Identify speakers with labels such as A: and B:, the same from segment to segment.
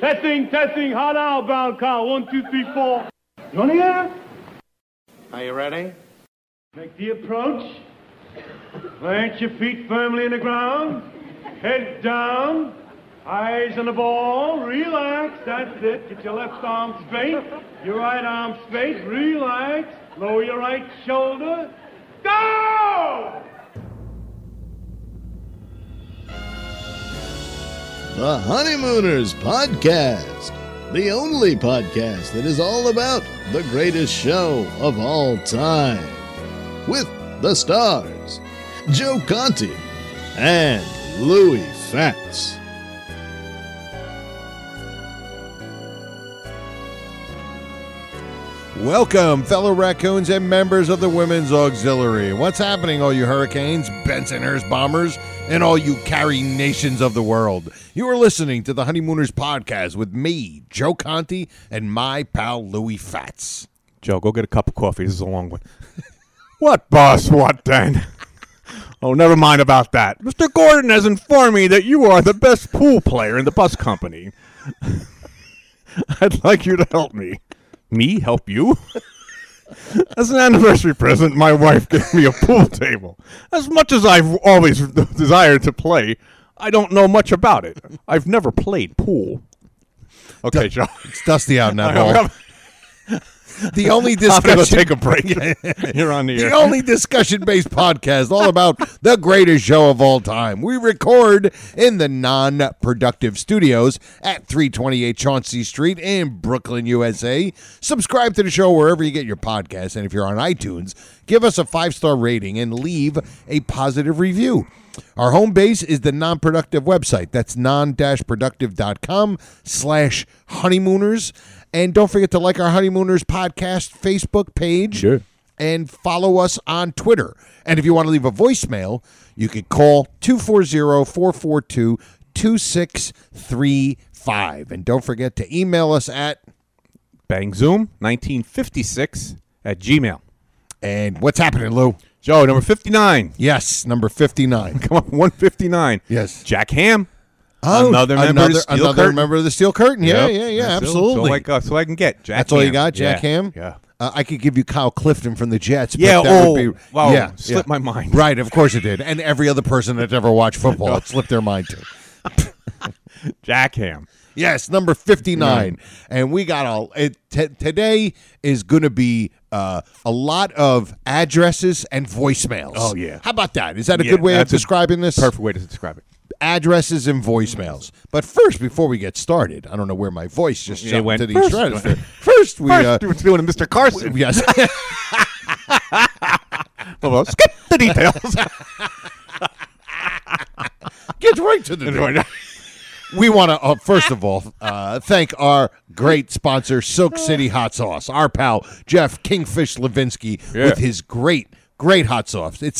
A: Testing, testing, hot outbound, Kyle. One, two, three, four. You want to hear?
B: Are you ready?
A: Make the approach. Plant your feet firmly in the ground. Head down. Eyes on the ball. Relax. That's it. Get your left arm straight. Your right arm straight. Relax. Lower your right shoulder. Go!
C: The Honeymooners Podcast, the only podcast that is all about the greatest show of all time. With the stars, Joe Conti and Louis Fats.
D: Welcome, fellow raccoons and members of the Women's Auxiliary. What's happening, all you hurricanes, Bensoners, bombers, and all you carrying nations of the world? You are listening to the Honeymooners Podcast with me, Joe Conti, and my pal Louis Fats.
E: Joe, go get a cup of coffee. This is a long one. what, boss? What then? Oh, never mind about that. Mr. Gordon has informed me that you are the best pool player in the bus company. I'd like you to help me. Me help you? As an anniversary present, my wife gave me a pool table. As much as I've always desired to play, I don't know much about it. I've never played pool. Okay, Joe.
D: It's dusty out in that
E: I'm
D: hall. The only
E: gonna go
D: discussion,
E: take a break. You're on the
D: the
E: air.
D: only discussion-based podcast, all about the greatest show of all time. We record in the non-productive studios at 328 Chauncey Street in Brooklyn, USA. Subscribe to the show wherever you get your podcasts, and if you're on iTunes, give us a five-star rating and leave a positive review. Our home base is the non-productive website. That's non-productive.com slash honeymooners. And don't forget to like our Honeymooners podcast Facebook page
E: Sure.
D: and follow us on Twitter. And if you want to leave a voicemail, you could call 240-442-2635. And don't forget to email us at
E: Bangzoom 1956 at Gmail.
D: and what's happening, Lou?
E: Joe, number 59.
D: Yes, number 59.
E: Come on, 159.
D: Yes.
E: Jack Ham. Another member of the
D: another,
E: Steel
D: another
E: Curtain.
D: member of the Steel Curtain. Yeah,
E: Yep.
D: yeah, yeah,
E: That's it.
D: absolutely.
E: So I, got- so I can get Jack
D: That's all you
E: Ham.
D: got, Jack
E: Yeah.
D: Ham?
E: Yeah.
D: Uh, I could give you Kyle Clifton from the Jets. but
E: Yeah,
D: that
E: oh,
D: would be,
E: wow,
D: yeah,
E: slipped
D: yeah.
E: my mind.
D: Right, of course it did. And every other person that's ever watched football, it slipped their mind too.
E: Jack Ham.
D: Yes, number 59. And we got all it, t- today is going to be uh, a lot of addresses and voicemails.
E: Oh, yeah.
D: How about that? Is that a
E: Yeah,
D: good way of
E: that's a
D: describing this?
E: Perfect way to describe it.
D: Addresses and voicemails. But first, before we get started, I don't know where my voice just
E: It
D: jumped
E: went
D: to the
E: first.
D: stratosphere. First, we.
E: First,
D: uh,
E: it's doing a Mr. Carson.
D: Yes.
E: Well, well, skip the details.
D: Get right to the we want to uh, first of all uh, thank our great sponsor silk city hot sauce our pal jeff kingfish levinsky
E: Yeah.
D: with his great great hot sauce it's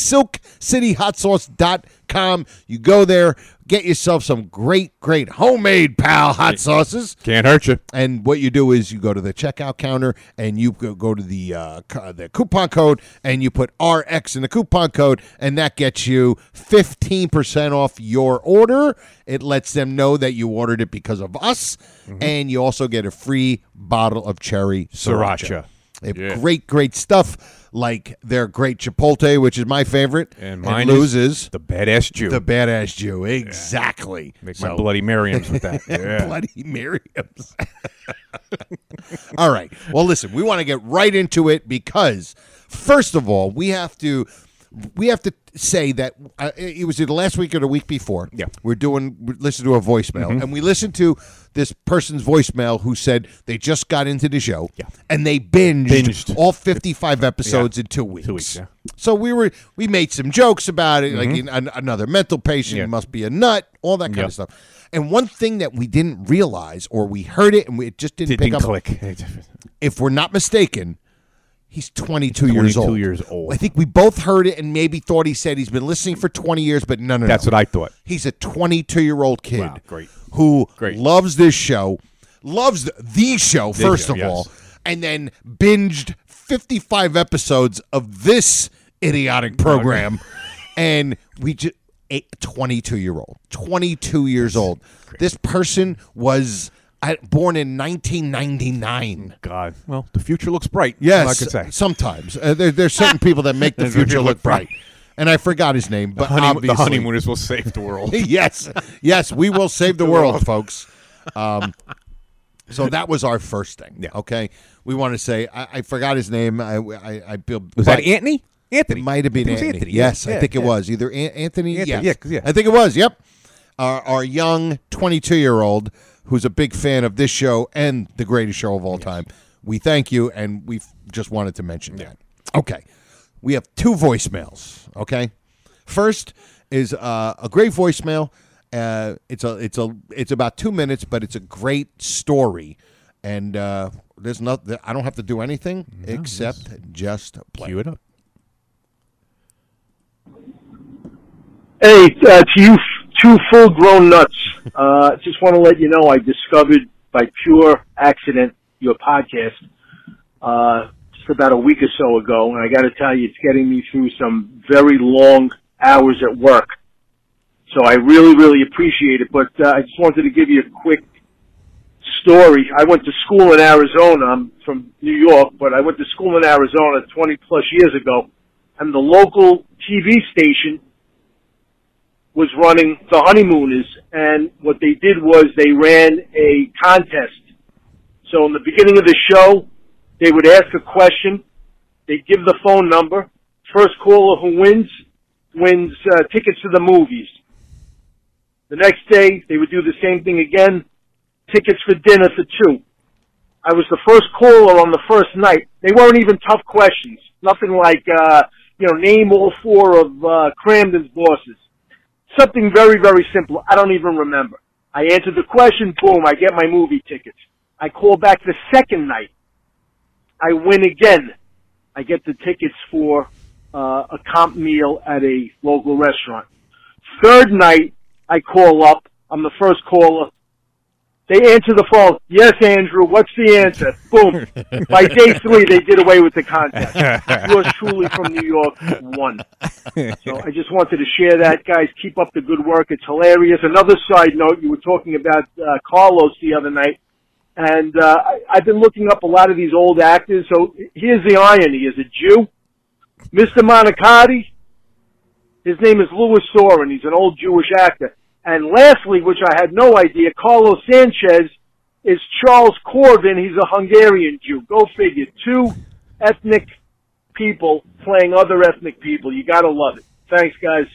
D: silkcityhotsauce.com you go there get yourself some great great homemade pal hot sauces
E: Can't hurt you.
D: and what you do is you go to the checkout counter and you go, go to the uh, co- the coupon code and you put RX in the coupon code and that gets you 15% off your order. It lets them know that you ordered it because of us
E: Mm-hmm.
D: and you also get a free bottle of cherry sriracha.
E: Sriracha.
D: They have
E: Yeah.
D: Great great stuff like their great chipotle which is my favorite
E: And mine
D: Lou's
E: is the badass Jew.
D: the badass Jew. Exactly.
E: Make
D: So-
E: my bloody Miriams with that. Yeah.
D: Bloody Miriams. all right. Well, listen, we want to get right into it because first of all, we have to we have to say that uh, it was either last week or the week before.
E: Yeah. Mm-hmm.
D: We're doing we listen to a voicemail and we listened to this person's voicemail who said they just got into the show
E: Yeah.
D: and they binged,
E: Binged.
D: all 55 episodes in 2 weeks.
E: weeks, yeah. Mm-hmm.
D: So we were we made some jokes about it, like in, an, another mental patient must be a nut, all that kind
E: Yeah.
D: of stuff. And one thing that we didn't realize, or we heard it and we, it just didn't, pick
E: Didn't
D: up,
E: click.
D: if we're not mistaken, he's 22, years
E: 22
D: old.
E: years old.
D: I think we both heard it and maybe thought he said he's been listening for 20 years, but no, no,
E: That's
D: no.
E: what I thought.
D: He's a 22 year old kid
E: Wow, great.
D: who
E: Great.
D: loves this show, loves th- the show, first
E: show,
D: of
E: yes.
D: all, and then binged 55 episodes of this idiotic program. and we just. 22 year old, 22 years old. This person was I, born in 1999.
E: God. Well, the future looks bright.
D: Yes,
E: I could say.
D: sometimes uh, there, there's certain people that make the future look bright. And I forgot his name, but
E: Honeymo- the
D: obviously-
E: honeymooners will save the world.
D: yes, yes, we will save the world, folks. Um, so that was our first thing.
E: Yeah.
D: Okay, we want to say I, I forgot his name. I I, I feel
E: Was that Anthony? Anthony
D: It might have been
E: I think it was
D: Anthony. Yes,
E: Yeah,
D: I think it
E: yeah.
D: was either An- Anthony.
E: Anthony,
D: yes.
E: yeah, 'cause, yeah.
D: I think it was. Yep. Our, our young 22 year old who's a big fan of this show and the greatest show of all time. We thank you, and we f- just wanted to mention that. Okay, we have two voicemails. Okay, first is uh, a great voicemail. Uh, it's a it's a it's about two minutes, but it's a great story, and uh, there's not I don't have to do anything except just play.
E: Cue it up.
F: Hey, uh, to you, f- two full-grown nuts. Uh, just want to let you know I discovered by pure accident your podcast uh, just about a week or so ago, and I got to tell you, it's getting me through some very long hours at work. So I really, really appreciate it. But uh, I just wanted to give you a quick story. I went to school in Arizona. I'm from New York, but I went to school in Arizona 20 plus years ago, and the local TV station was running the honeymooners, and what they did was they ran a contest. So in the beginning of the show, they would ask a question, they'd give the phone number, first caller who wins wins uh, tickets to the movies. The next day, they would do the same thing again, tickets for dinner for two. I was the first caller on the first night. They weren't even tough questions. Nothing like, uh, you know, name all four of uh, Cramden's bosses something very, very simple. I don't even remember. I answer the question, boom, I get my movie tickets. I call back the second night. I win again. I get the tickets for uh, a comp meal at a local restaurant. Third night, I call up. I'm the first caller. They answer the phone. Yes, Andrew, what's the answer? Boom. By day three, they did away with the contest. Yours truly from New York won. So I just wanted to share that, guys. Keep up the good work. It's hilarious. Another side note, you were talking about uh, Carlos the other night, and uh, I, I've been looking up a lot of these old actors. So here's the irony: is a Jew, Mr. Monacotti. His name is Louis Soren. He's an old Jewish actor. And lastly, which I had no idea, Carlos Sanchez is Charles Corbin. He's a Hungarian Jew. Go figure. Two ethnic people playing other ethnic people. You got to love it. Thanks, guys.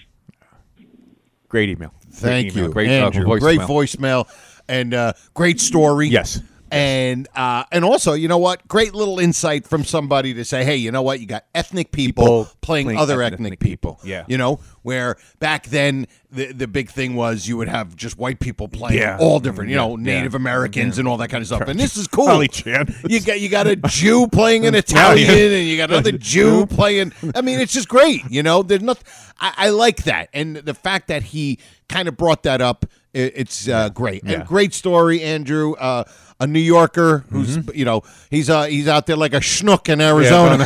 E: Great email.
D: Thank
E: great email.
D: you,
E: Great, uh,
D: Andrew.
E: voicemail.
D: Great voicemail and uh, great story.
E: Yes.
D: And uh, and also, you know what? Great little insight from somebody to say, hey, you know what? You got ethnic people,
E: People
D: playing,
E: playing
D: other
E: ethnic
D: ethnic, people.
E: people. Yeah.
D: You know, where back then the the big thing was you would have just white people playing
E: Yeah.
D: all different, you
E: Yeah.
D: know, Native
E: Yeah.
D: Americans and all that kind of stuff. And this is cool.
E: Charlie Chan.
D: You got you got a Jew playing an
E: Italian.
D: Italian, and you got another Jew playing. I mean, it's just great. You know, there's nothing. I, I like that, and the fact that he kind of brought that up, i- it's uh, great
E: Yeah.
D: and great story, Andrew. Uh, a New Yorker who's
E: Mm-hmm.
D: you know he's uh, he's out there like a schnook in Arizona,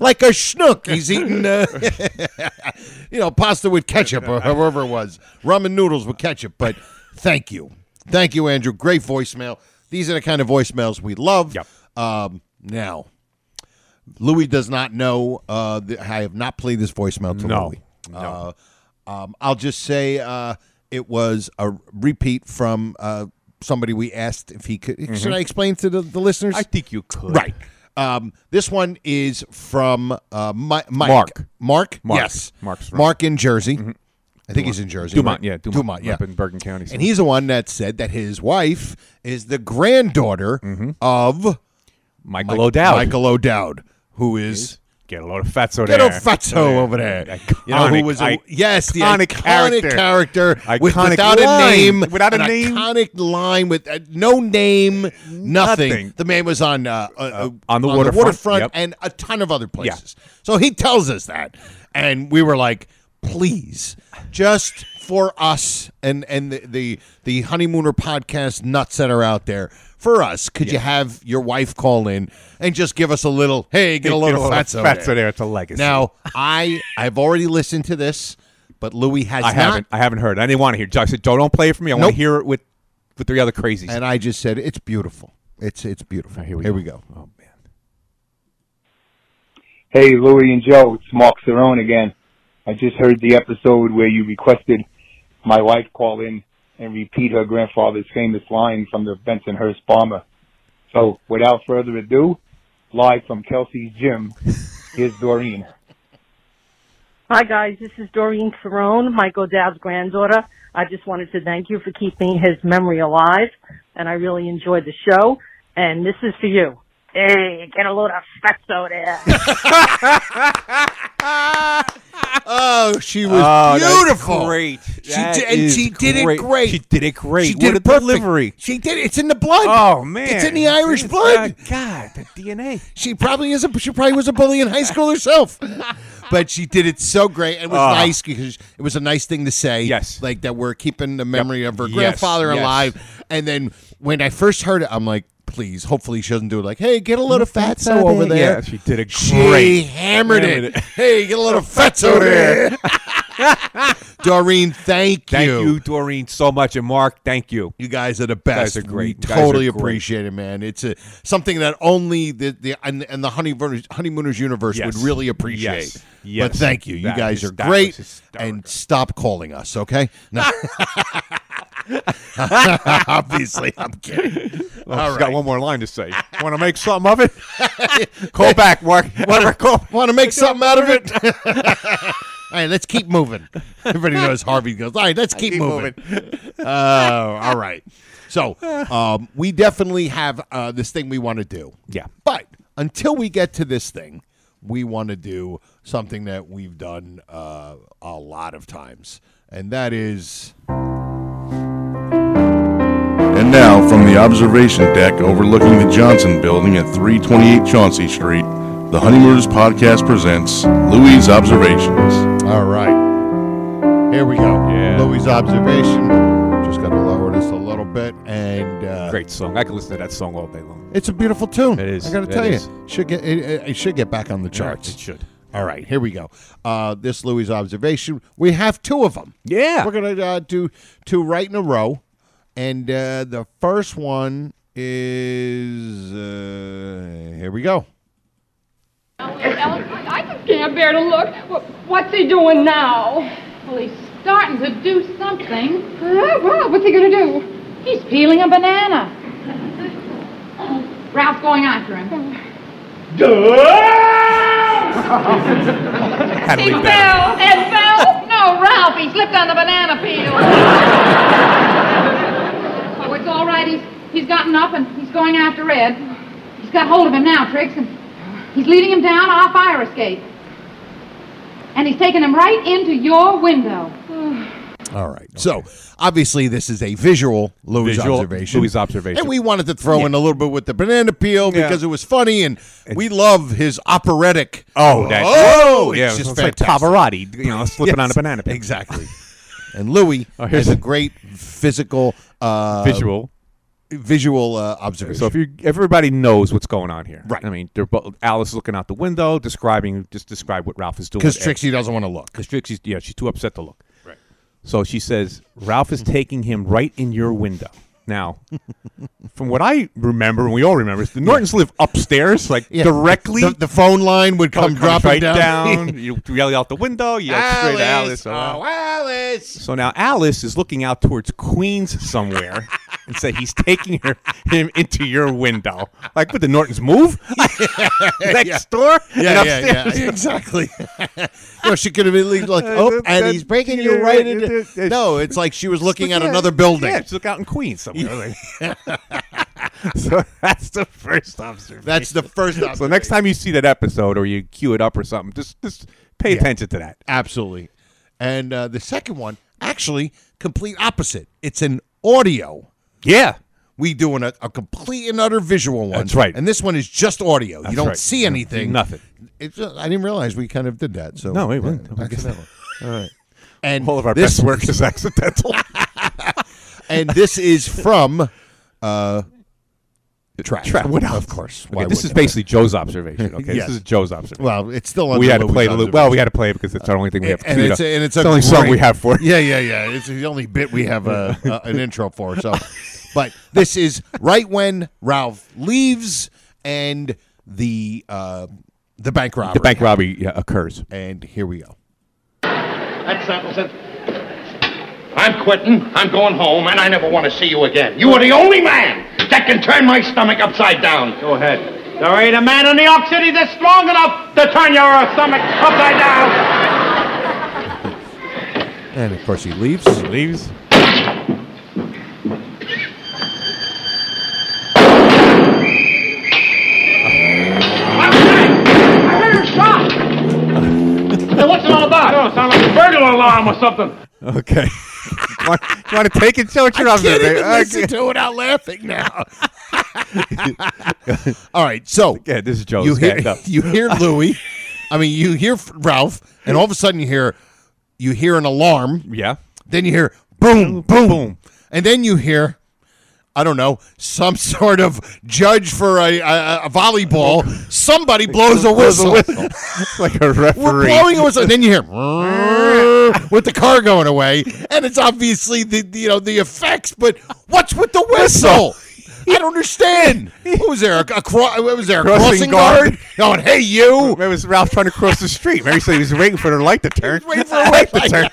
D: like a schnook. He's eating uh, you know pasta with ketchup or however it was ramen noodles with ketchup. But thank you, thank you, Andrew. Great voicemail. These are the kind of voicemails we love.
E: Yep.
D: Um, now, Louis does not know. Uh, the, I have not played this voicemail to
E: No.
D: Louis. Uh, um, I'll just say uh, it was a repeat from uh, somebody we asked if he could. Should I explain to the, the listeners?
E: Mm-hmm. I think you could.
D: right. Um, this one is from uh, Mi- Mike.
E: Mark.
D: Mark.
E: Mark.
D: Yes.
E: Mark's from- Mm-hmm.
D: Mark in Jersey. I think he's in Jersey.
E: Dumont,
D: right?
E: yeah. Dumont,
D: Dumont. Yeah.
E: Up in Bergen County.
D: And he's the one that said that his wife is the granddaughter of
E: Mm-hmm. Michael O'Dowd.
D: Michael O'Dowd, who is
E: Get a load of fatso
D: Get
E: there.
D: a fatso over there.
E: Oh, Iconic,
D: you know who was a,
E: iconic
D: yes, the iconic,
E: character.
D: character with-
E: Iconic
D: without
E: line.
D: a name,
E: Without a
D: an
E: name.
D: iconic line with uh, no name, nothing.
E: Nothing.
D: The man was on uh, uh, uh,
E: on the
D: waterfront,
E: waterfront, yep.
D: and a ton of other places. So he tells us that, and we were like, please, just for us and and the the, the honeymooner podcast nuts that are out there. For us, could you have your wife call in and just give us a little, hey, get a little
E: load of
D: fatso,
E: fatso there. It's a legacy.
D: now I I've already listened to this, but Louis has
E: I
D: not.
E: haven't. I haven't heard. it. I didn't want to hear. it. I said, "Don't, don't play it for me. I want
D: Nope.
E: to hear it with with the other crazies.
D: And I just said, it's beautiful. It's it's beautiful.
E: here we
D: here
E: go.
D: we go. Oh man.
G: Hey, Louie and Joe, it's Mark Cerrone again. I just heard the episode where you requested my wife call in and repeat her grandfather's famous line from the Benson Hurst bomber. So, without further ado, live from Kelsey's gym, here's Doreen.
H: Hi guys, this is Doreen Cerrone, Michael Dowd's granddaughter. I just wanted to thank you for keeping his memory alive, and I really enjoyed the show. And this is for you. Hey, get a load of fatso there.
D: Oh, she was beautiful.
E: Great.
D: She did, and she did it great.
E: She did it great.
D: She
E: What
D: did
E: a
D: it perfect.
E: delivery.
D: She did. It's in the blood.
E: Oh man,
D: It's in the Irish blood.
E: God, the DNA.
D: She probably is a she probably was a bully in high school herself. But she did it so great. It was
E: Ah.
D: nice because it was a nice thing to say.
E: Yes.
D: Like that we're keeping the memory of her
E: Yes,
D: grandfather
E: yes.
D: alive. And then when I first heard it, I'm like, please, hopefully she doesn't do it like, hey, get a little fatso over there.
E: Yeah, she did a
D: She
E: great.
D: hammered,
E: Hammered
D: it.
E: it.
D: Hey, get a little fatso there. Doreen, thank,
E: Thank you. Doreen, so much, and Mark, thank you. Oh,
D: You guys are the best.
E: are great.
D: We
E: You guys are
D: totally
E: great.
D: appreciate it, man. It's a, something that only the, the and, and the honeymooners, honeymooners universe
E: Yes.
D: would really appreciate.
E: Yes. Yes.
D: But thank you. You
E: That
D: guys
E: is-
D: are
E: that was
D: great.
E: hysterical.
D: And stop calling us, okay? No. Obviously, I'm kidding.
E: Well,
D: All
E: she's got
D: right.
E: one more line to say. Want to make something of it? Call back, Mark. Call-
D: Want to make something out of it? All right, let's keep moving. Everybody knows Harvey goes. All right, let's keep, moving. Oh, all right. So um, we definitely have uh, this thing we want to do.
E: Yeah.
D: But until we get to this thing, we want to do something that we've done uh, a lot of times, and that is
I: And now, from the observation deck overlooking the Johnson Building at 328 Chauncey Street, the Honeymooners Podcast presents Louis' Observations.
D: all right. Here we go.
E: Yeah.
D: Louis' observation. Just got to lower this a little bit, and uh,
E: Great song. I could listen to that song all day long.
D: It's a beautiful tune.
E: It is.
D: I got to
E: It
D: tell
E: is.
D: you, should get it, it- it should get back on the charts.
E: It should.
D: All right, here we go. Uh, this Louis observation. We have two of them.
E: Yeah.
D: we're gonna uh, do two right in a row, and uh, the first one is uh, here we go.
J: Ellen, I just can't bear to look. Wh- What's he doing now? Well, he's starting to do something. well, what's he going to do? He's peeling a banana. Ralph's going after him.
E: Had to
J: He
E: leave
J: fell
E: that.
J: and fell. No, Ralph, he slipped on the banana peel. oh, it's all right. He's he's gotten up and he's going after Red. He's got hold of him now, Trix, and he's leading him down our fire escape. And he's taking him right into your window.
D: All right. So obviously, this is a visual Louis
E: Visual
D: observation.
E: Louis observation.
D: and we wanted to throw in a little bit with the banana peel
E: Yeah.
D: because it was funny, and we love his operatic.
E: Oh, that.
D: oh,
E: yeah.
D: it's just
E: like
D: fantastic.
E: Pavarotti, you know, slipping on a
D: Yes,
E: banana. peel.
D: Exactly. and Louis
E: Oh, here's
D: has a
E: a-
D: great physical, uh,
E: Visual.
D: visual uh, observation.
E: So if you, everybody knows what's going on here,
D: Right.
E: I mean, they're both, Alice looking out the window, describing, just describe what Ralph is doing.
D: because Trixie doesn't want to look.
E: because Trixie's, yeah, she's too upset to look. Right. So she says Ralph is taking him right in your window. Now, from what I remember, and we all remember, is the Nortons live upstairs, like
D: Yeah.
E: directly.
D: the, the phone line would come
E: comes
D: dropping
E: right
D: down.
E: you yell out the window. You yell straight to Alice.
D: oh,
E: oh, wow.
D: Alice!
E: So now Alice is looking out towards Queens somewhere and said he's taking her, him into your window. Like, would the Nortons move? Next door?
D: Yeah,
E: And
D: yeah,
E: upstairs?
D: yeah, exactly. no, she could have been like, oh,
E: that-
D: and
E: that-
D: he's breaking
E: yeah,
D: you right
E: right,
D: into.
E: it- it-
D: No, it's like she was looking at
E: Yeah,
D: another building.
E: Yeah, just look out in Queens somewhere. so that's the first observation.
D: That's the first.
E: so next time you see that episode or you cue it up or something, just just pay attention to that.
D: Absolutely. And uh, the second one, actually, complete opposite. It's an audio.
E: Yeah.
D: We doing a, a complete and utter visual one.
E: That's right.
D: And this one is just audio. you
E: That's
D: don't
E: right.
D: see
E: You don't
D: anything.
E: see nothing.
D: It's, uh, I didn't realize we kind of did that. So
E: No, wait,
D: yeah,
E: wait.
D: back to that one. All right. And
E: All of our
D: this,
E: best work is accidental.
D: and this is from uh, Trap.
E: Trap. What else?
D: of course. Why
E: okay, this is
D: wouldn't it?
E: basically Joe's observation. Okay,
D: Yes.
E: this is Joe's observation.
D: Well, it's still on.
E: we had to play the loop. Well, we had to play it because it's the only thing we have.
D: and
E: queued
D: it's
E: up.
D: a, and it's, a
E: the only song
D: great-
E: we have for. it.
D: Yeah, yeah, yeah. It's the only bit we have uh, uh, an intro for. So But this is right when Ralph leaves and the uh, the bank robbery.
E: The bank robbery yeah, occurs.
D: And here we go.
K: That settles it. I'm quitting. I'm going home, and I never want to see you again. You are the only man that can turn my stomach upside down. Go ahead.
A: There ain't a man in New York City that's strong enough to turn your stomach upside down.
D: And of course he leaves.
E: leaves.
A: I heard a shot. hey, what's it all about? No, it sounds like a burglar alarm or something.
E: Okay. you want to take it? Show what you're up there. babe. Okay.
D: without laughing now. All right, so
E: yeah, this is Joe's
D: you hear
E: stand up.
D: you hear Louis. I mean, you hear Ralph, and all of a sudden you hear you hear an alarm.
E: Yeah.
D: Then you hear boom, boom, boom, and then you hear I don't know some sort of judge for a, a, a volleyball. Somebody blows a
E: Blows a
D: whistle.
E: whistle. like a referee.
D: We're blowing a whistle, and then you hear with the car going away, and it's obviously the the, you know the effects. But what's with the whistle? I don't understand. What was there? A, a cro- what was there? A
E: Crossing
D: crossing,
E: guard?
D: guard? Going, hey you!
E: It was Ralph trying to cross the street. Mary said he was waiting for the light to turn.
D: waiting for the
E: Light to
D: light.
E: turn.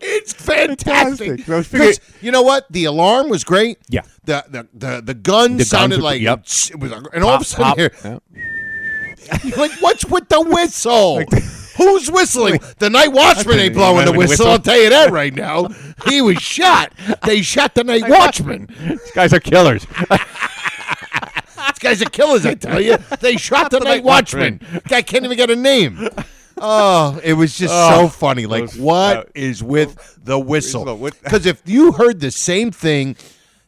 D: It's fantastic.
E: Fantastic. So I figured-
D: 'Cause you know what? The alarm was great.
E: Yeah.
D: The the the, the gun
E: guns
D: sounded
E: were-
D: like
E: yep.
D: it was, and all of a sudden
E: Pop,
D: here,
E: pop.
D: You're like, what's with the whistle? Who's whistling? The night watchman ain't blowing the
E: Blowing the
D: whistle.
E: whistle.
D: I'll tell you that right now. He was shot. They shot the night watchman.
E: These guys are killers.
D: These guys are killers, I tell you. They shot the night watchman. Guy can't even get a name. Oh, it was just so funny. Like,
E: those- uh,
D: what is with the
E: whistle,
D: whistle?
E: what-
D: Because if you heard the same thing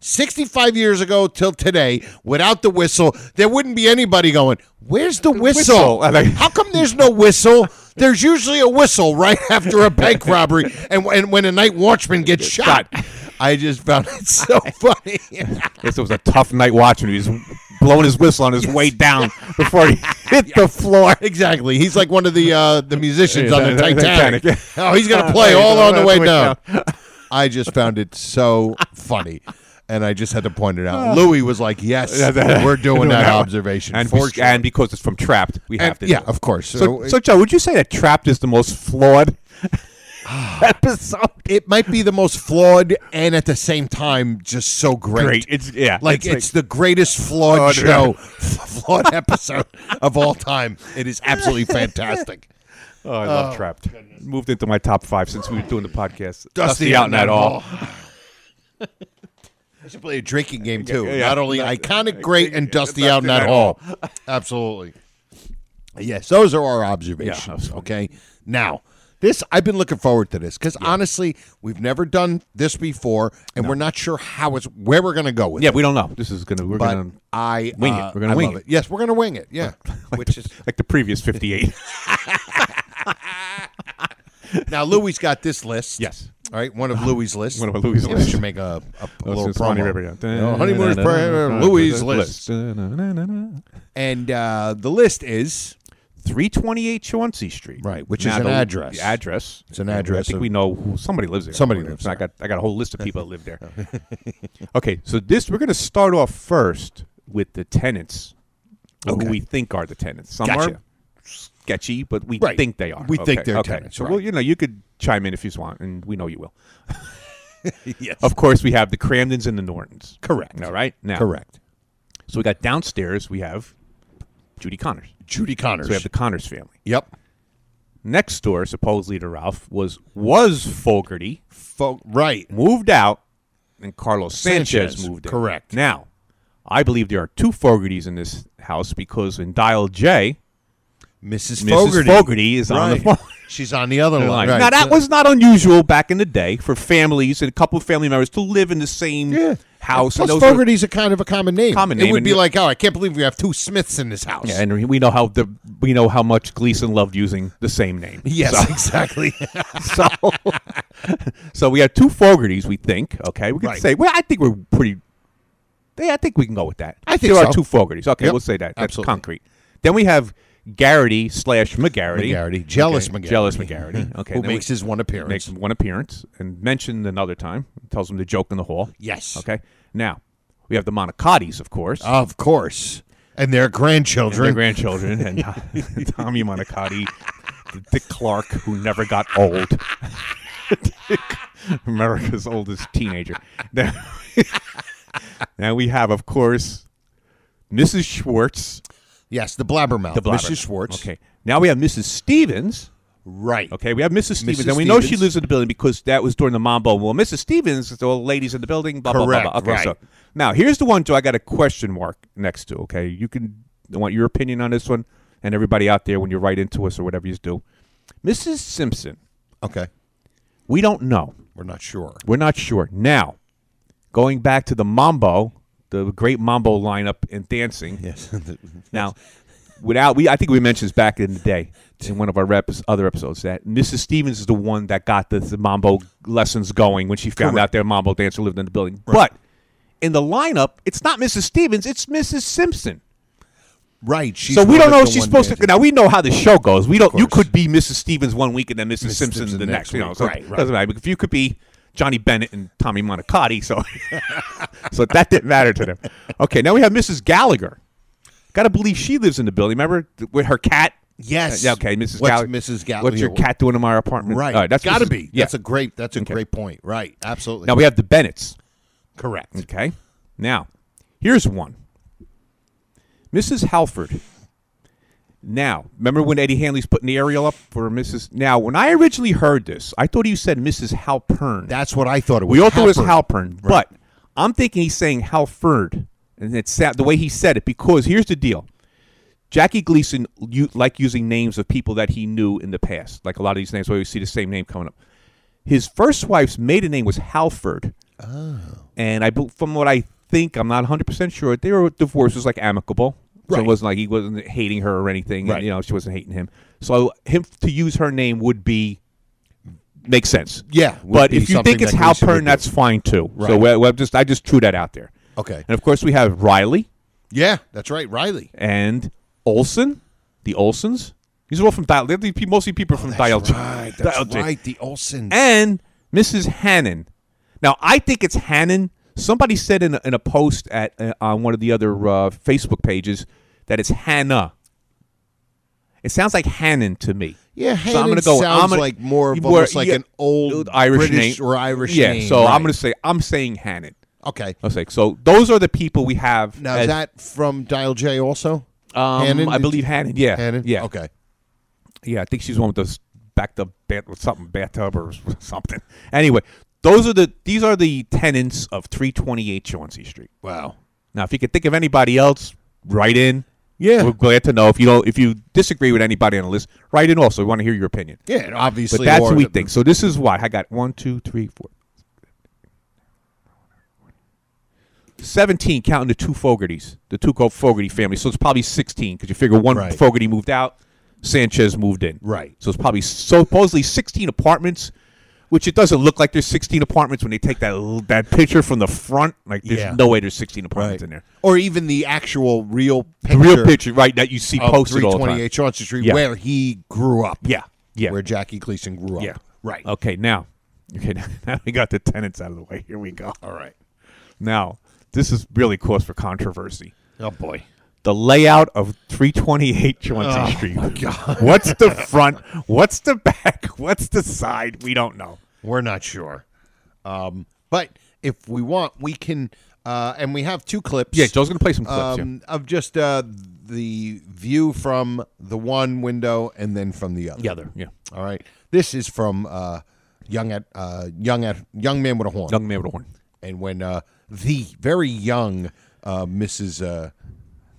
D: 65 years ago till today without the whistle, there wouldn't be anybody going, Where's the whistle?
E: whistle. And I-
D: How come there's no whistle? There's usually a whistle right after a bank robbery and, and when a night watchman gets shot. I just found it so funny.
E: This was a tough night watching. He was blowing his whistle on his way down before he hit the floor.
D: Exactly. He's like one of the uh, the musicians
E: Yeah,
D: on the
E: the- the
D: Titanic.
E: Titanic. Uh,
D: oh, he's gonna play all on the way down. I just found it so funny, and I just had to point it out. Louis was like, "Yes, we're doing that observation."
E: Ah. And,
D: for
E: be-
D: sure."
E: and because it's from Trapped, we
D: And-
E: have to.
D: yeah,
E: do it.
D: of course.
E: So,
D: So,
E: so, Joe, would you say that Trapped is the most flawed episode?
D: it might be the most flawed, and at the same time, just so great.
E: Great. It's yeah.
D: like it's, the greatest flawed,
E: Flawed,
D: show, flawed episode of all time. It is absolutely fantastic.
E: oh, I love Trapped. Moved into my top five since we were doing the podcast.
D: Dusty out
E: out
D: in that
E: at all.
D: I should play a drinking game too.
E: yeah, yeah.
D: Not only
E: Not-
D: iconic, great, and dusty out in
E: Dusty
D: that
E: Out
D: hall. Absolutely. Yes, those are our observations.
E: absolutely.
D: okay. Now, this I've been looking forward to this because honestly, we've never done this before, and we're not sure how it's where we're going to go with
E: Yeah,
D: it.
E: we don't know. This is gonna. We're
D: But
E: gonna
D: I
E: wing it.
D: uh,
E: We're gonna
D: I
E: wing
D: love
E: it.
D: Yes, we're gonna wing it. Yeah, which is
E: like the previous fifty-eight.
D: now Louis got this list.
E: Yes.
D: All right, one of Louis' lists.
E: One of Louis'
D: Yeah, We
E: lists.
D: should make a, a little
E: Since Ronnie
D: promo.
E: Rivera, yeah.
D: You know, honeymooners, pra- Louis' list. and uh, the list is
E: 328 Chauncey Street.
D: Right, which
E: Now,
D: is an
E: the-
D: address.
E: the address.
D: It's an
E: I
D: address
E: think
D: of-
E: we know who, somebody lives there.
D: Somebody lives
E: I got I got a whole list of people that live there. okay, so this we're going to start off first with the tenants,
D: Okay.
E: who we think are the tenants. Some
D: Gotcha.
E: are sketchy, but we
D: Right.
E: think they are.
D: We think
E: Okay,
D: they're
E: okay.
D: tenants,
E: So
D: right.
E: well, you know, you could chime in if you want, and we know you will.
D: yes,
E: Of course, we have the Cramdens and the Nortons.
D: Correct.
E: All right. Now,
D: correct.
E: So we got downstairs. We have Judy Connors.
D: Judy Connors.
E: So we have the Connors family.
D: yep.
E: next door, supposedly to Ralph, was was Fogarty,
D: Fo- right.
E: moved out, and Carlos Sanchez,
D: Sanchez,
E: moved in.
D: correct.
E: Now, I believe there are two Fogartys in this house because in Dial J,
D: Mrs.
E: Mrs.
D: Fogarty.
E: Fogarty is on the
D: Right.
E: phone.
D: She's on the other line. Right.
E: Now that was not unusual back in the day for families and a couple of family members to live in the same
D: Yeah.
E: house.
D: Plus,
E: and those were-
D: Fogarty's a kind of a common name.
E: Common
D: It
E: name,
D: would
E: and
D: be
E: you-
D: like, oh, I can't believe we have two Smiths in this house.
E: yeah, and we know how the we know how much Gleason loved using the same name.
D: yes,
E: So-
D: exactly.
E: so, so we have two Fogartys, we think. Okay, we can
D: Right.
E: say. Well, I think we're pretty. Yeah, I think we can go with that.
D: I think
E: there
D: so.
E: are two Fogartys. Okay,
D: Yep.
E: we'll say that. That's
D: Absolutely.
E: concrete. Then we have Garrity slash McGarrity.
D: McGarrity. Jealous
E: Okay.
D: McGarrity.
E: Jealous McGarrity. Okay.
D: Who
E: then we-
D: makes his one appearance.
E: Makes one appearance and mentioned another time. Tells him the joke in the hall.
D: Yes.
E: Okay. Now, we have the Monocottis, of course.
D: Of course. And their grandchildren.
E: And their grandchildren and uh, Tommy Monacotti, Dick Clark, who never got old. America's oldest teenager. Now, now we have, of course, Mrs. Schwartz.
D: Yes, the blabbermouth.
E: The blabber.
D: Mrs. Schwartz.
E: Okay. Now we have Mrs. Stevens.
D: Right.
E: Okay. We have Mrs. Stevens,
D: Mrs.
E: and we know she
D: Stevens.
E: lives in the building because that was during the Mambo. Well, Mrs. Stevens is the old ladies in the building. Blah blah blah.
D: Correct,
E: blah. Okay.
D: right.
E: So now here's the one. Joe, I got a question mark next to. Okay. You can. I want your opinion on this one, and everybody out there when you write into us or whatever you do. Mrs. Simpson.
D: Okay.
E: We don't know.
D: We're not sure.
E: We're not sure. Now, going back to the Mambo, the great Mambo lineup and dancing.
D: Yes.
E: now, without we, I think we mentioned this back in the day in one of our reps, other episodes that Mrs. Stevens is the one that got the, the Mambo lessons going when she found
D: Correct.
E: out their Mambo dancer lived in the building.
D: Right.
E: But in the lineup, it's not Mrs. Stevens; it's Mrs. Simpson.
D: Right. She's
E: so we
D: one
E: don't
D: of
E: know if
D: the
E: she's
D: one
E: supposed to.
D: dancing.
E: Now we know how the show goes. We don't. You
D: course.
E: could be Mrs. Stevens one week and then Mrs.
D: Mrs.
E: Simpson,
D: Simpson
E: the
D: the next
E: next. you know,
D: week.
E: so
D: Right,
E: it
D: right.
E: doesn't matter. If you could be Johnny Bennett and Tommy Monacotti, so so that didn't matter to them. Okay, now we have Mrs. Gallagher. Got to believe she lives in the building. Remember th- with her cat.
D: Yes.
E: Uh, yeah, okay, Mrs.
D: What's
E: Gallagher.
D: Mrs. Gallagher?
E: What's your cat doing in my apartment?
D: Right.
E: All right, that's
D: got to
E: Mrs.
D: be.
E: Yeah.
D: That's a great. That's a
E: Okay.
D: great point. Right. Absolutely.
E: Now we have the Bennetts.
D: correct.
E: Okay. Now, here's one. Mrs. Halford. Now, remember when Eddie Hanley's putting the aerial up for Mrs. Now, when I originally heard this, I thought you said Mrs. Halpern.
D: That's what I thought it was.
E: we all thought it was
D: Halpern.
E: Halpern, but I'm thinking he's saying Halford, and it's sad, the way he said it because here's the deal. Jackie Gleason you, like using names of people that he knew in the past, like a lot of these names where we see the same name coming up. His first wife's maiden name was Halford, Oh. and I bel- from what I think, I'm not 100 percent sure. Their divorce was like amicable, so it
D: Right.
E: wasn't like he wasn't hating her or anything.
D: Right.
E: And, you know, she wasn't hating him. So him to use her name would be makes sense.
D: Yeah, would
E: but
D: be
E: if you
D: something
E: think it's
D: that Gleason would
E: Halpern,
D: do.
E: that's fine too. So we we just I just threw that out there.
D: Okay.
E: And of course we have Riley
D: Yeah, that's right. Riley.
E: and Olson, the Olsons. These are all from Dial. They're the pe- mostly people from Dial. J.
D: Right. Oh, That's
E: Dial J.
D: right. The Olsen.
E: And Mrs. Hannon. Now I think it's Hannon. Somebody said in a, in a post at uh, on one of the other uh, Facebook pages that it's Hannah. It sounds like Hannon to me.
D: Yeah,
E: so I'm
D: Hannon
E: gonna go.
D: sounds
E: I'm gonna,
D: like more of almost like an old
E: Irish
D: British
E: name
D: or Irish
E: Yeah,
D: name,
E: so
D: right.
E: I'm gonna say I'm saying Hannon.
D: okay.
E: I was like, so those are the people we have.
D: Now
E: Uh, as-
D: is that from Dial J also?
E: um,
D: Hannon,
E: I
D: did
E: believe
D: you-
E: Hannon. Yeah,
D: Hannon.
E: Yeah,
D: Okay.
E: yeah. I think she's the one with those back the bat something bathtub or something. Anyway, those are the these are the tenants of 328 Chauncey Street.
D: Wow.
E: Now, if you could think of anybody else, write in.
D: Yeah.
E: we're glad to know. If you don't, if you disagree with anybody on the list, write in. Also, we want to hear your opinion.
D: Yeah, and obviously.
E: But that's
D: or
E: what we
D: the-
E: think. So this is why I got one, two, three, four. 17 counting the two Fogartys, the two Co- Fogarty family. So it's probably 16 because you figure one
D: Right.
E: Fogarty moved out, Sanchez moved in.
D: Right.
E: So it's probably supposedly 16 apartments, which it doesn't look like there's 16 apartments when they take that l- that picture from the front. Like there's
D: Yeah.
E: no way there's 16
D: Right.
E: apartments in there.
D: Or even the actual real picture
E: The real picture, right, that you see
D: of
E: posted all the time.
D: 328 Chauncey Street
E: Yeah.
D: where he grew up.
E: Yeah. Yeah.
D: Where Jackie Gleason grew up.
E: Yeah.
D: Right.
E: Okay, now. Okay, now we got the tenants out of the way. Here we go.
D: All right.
E: Now, this is really cause for controversy.
D: Oh boy.
E: The layout of 328 Chauncey
D: Oh,
E: Street. What's the front? What's the back? What's the side? We don't know.
D: We're not sure. Um, but if we want, we can, uh, and we have two clips.
E: Yeah, Joe's gonna play some clips,
D: um, of just uh, the view from the one window and then from the other.
E: Yeah.
D: All right. This is from uh, young at uh, young at young man with a horn,
E: Young man with a horn.
D: and when uh, the very young uh, Mrs. Uh,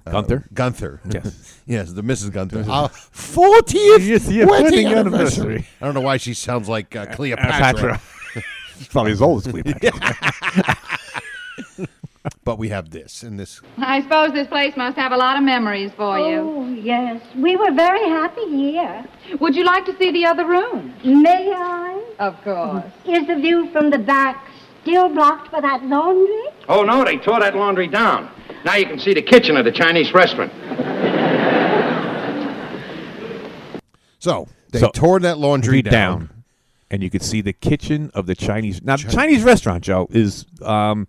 E: Gunther?
D: Gunther.
E: Yes.
D: yes, the Mrs. Gunther. Our 40th wedding anniversary. I don't know why she sounds like uh, Cleopatra,
E: He's probably as old as Cleopatra.
D: but we have this and this.
J: I suppose this place must have a lot of memories for you.
L: Oh, yes. We were very happy here.
J: Would you like to see the other room?
L: May I?
J: Of course.
L: Is the view from the back still blocked by that laundry?
K: Oh, no, they tore that laundry down. Now you can see the kitchen of the Chinese restaurant.
D: So they
E: So-
D: tore that laundry down.
E: and you could see the kitchen of the Chinese. Now, the Chinese restaurant, Joe, is um,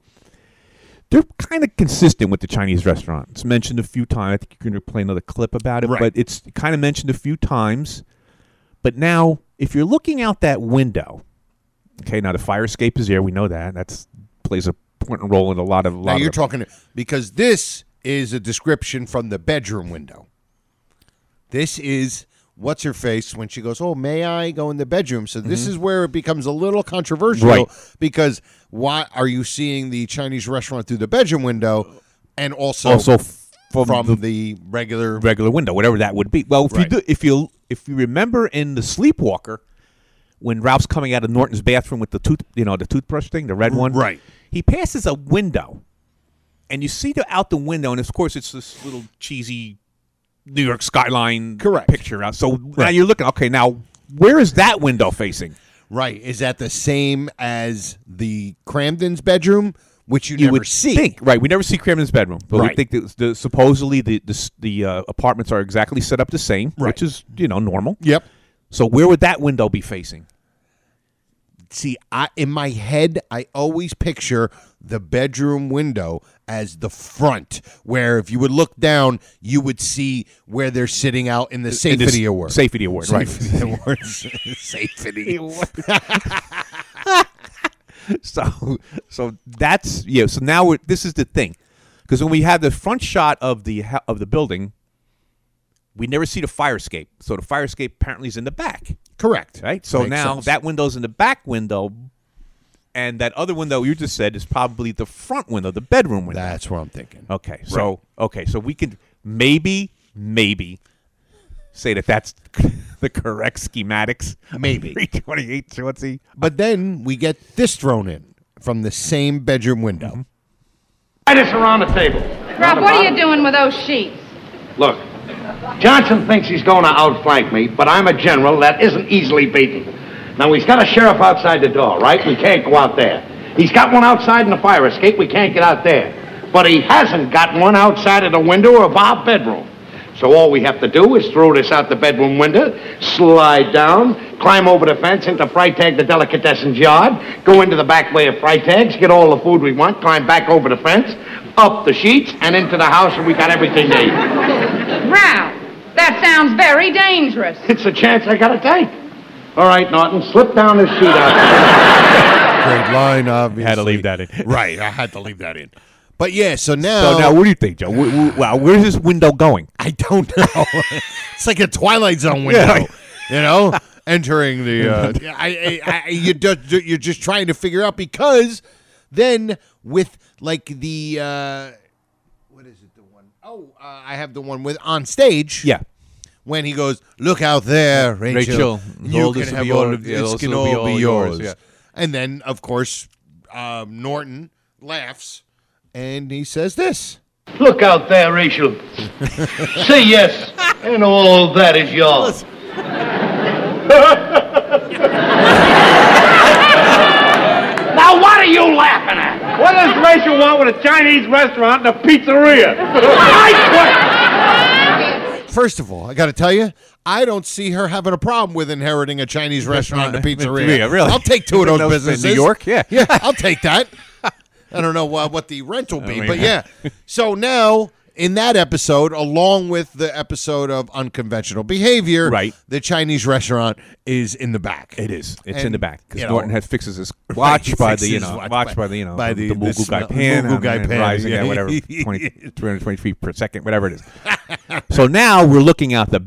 E: they're kind of consistent with the Chinese restaurant. It's mentioned a few times. I think you're going to play another clip about it, but it's kind of mentioned a few times. But now, if you're looking out that window, okay, now the fire escape is there. We know that. That's plays a important role in a lot of a lot
D: Now
E: of
D: you're
E: the-
D: talking because this is a description from the bedroom window. This is what's her face when she goes, "Oh, may I go in the bedroom?" So this
E: Mhm.
D: is where it becomes a little controversial
E: Right.
D: because why are you seeing the Chinese restaurant through the bedroom window and also
E: Also f-
D: from,
E: from
D: the, regular
E: regular window, whatever that would be. Well, if you do, if you if you remember in the Sleepwalker, when Ralph's coming out of Norton's bathroom with the tooth, you know, the toothbrush thing, the red one, right? He passes a window, and you see the out the window, and of course it's this little cheesy New York skyline correct picture out. So now you're looking, okay, now where is that window facing?
D: right? Is that the same as the Cramden's bedroom, which you,
E: you
D: never
E: would
D: see?
E: think, right? We never see Cramden's bedroom, but we
D: Right.
E: think that the, supposedly the the, s- the uh, apartments are exactly set up the same, which is you know normal.
D: Yep.
E: So where would that window be facing?
D: see I in my head I always picture the bedroom window as the front where if you would look down you would see where they're sitting out in the
E: In this
D: safety award
E: Safety award, right?
D: Safety awards safety
E: so so that's yeah. So now we're, this is the thing, because when we have the front shot of the hou- of the building, we never see the fire escape. So the fire escape apparently is in the back.
D: Correct.
E: Right. So
D: Makes
E: now
D: sense.
E: that window's in the back window, and that other window you just said is probably the front window, the bedroom window.
D: That's what I'm thinking.
E: Okay. So okay. So we can maybe maybe say that that's the correct schematics.
D: Maybe.
E: 328 Chauncey.
D: but then we get this thrown in from the same bedroom window
E: Mm-hmm.
K: Right us around the table.
J: Ralph, what are you doing with those sheets?
K: Look, Johnson thinks he's going to outflank me, but I'm a general that isn't easily beaten. Now, he's got a sheriff outside the door, right? We can't go out there. He's got one outside in the fire escape. We can't get out there. But he hasn't got one outside of the window of our bedroom. So all we have to do is throw this out the bedroom window, slide down, climb over the fence into Freitag the delicatessen's yard, go into the back way of Freitag's, get all the food we want, climb back over the fence, up the sheets, and into the house, and we got everything needed.
J: Ralph, that sounds very dangerous.
K: It's a chance I gotta take. All right, Norton, slip down this sheet out.
D: great line obviously
E: had to leave that in
D: right I had to leave that in but yeah so now
E: So now, what do you think, Joe? Wh- wh- Wow, where's this window going?
D: I don't know. it's like a Twilight Zone window, you know, entering the. Uh, I, I, I, you just, you're just trying to figure out because then with like the uh, what is it the one oh uh, I have the one with on stage
E: yeah
D: when he goes look out there Rachel,
E: Rachel,
D: you
E: all
D: can
E: this will
D: have
E: be
D: all
E: all-
D: of
E: yeah,
D: this
E: this
D: can
E: will be
D: all be
E: all
D: yours
E: yours, yeah.
D: and then of course um, Norton laughs and he says this
M: Look out there, Rachel. Say yes, and all that is yours.
K: now, what are you laughing at? What does Rachel want with a Chinese restaurant and a pizzeria?
D: First of all, I got to tell you, I don't see her having a problem with inheriting a Chinese restaurant and a pizzeria.
E: Yeah, really.
D: I'll take two of
E: Those
D: those
E: in
D: businesses.
E: New York, yeah.
D: yeah, I'll take that. I don't know uh, what the rent will be,
E: mean-
D: but yeah. So now in that episode, along with the episode of unconventional behavior, right. the Chinese restaurant is in the back.
E: It is. It's in
D: And,
E: the back because
D: you know,
E: Norton has fixes his
D: Right,
E: watch
D: he
E: by the you
D: fixes
E: know
D: his
E: watch,
D: watch by-
E: by, the you know
D: by the- uh,
E: the, Mugu
D: the
E: guy
D: smell-
E: pan
D: Mugu
E: on
D: guy
E: it,
D: pan,
E: rising
D: yeah.
E: at whatever 20, 320 feet per second whatever it is. so now we're looking out the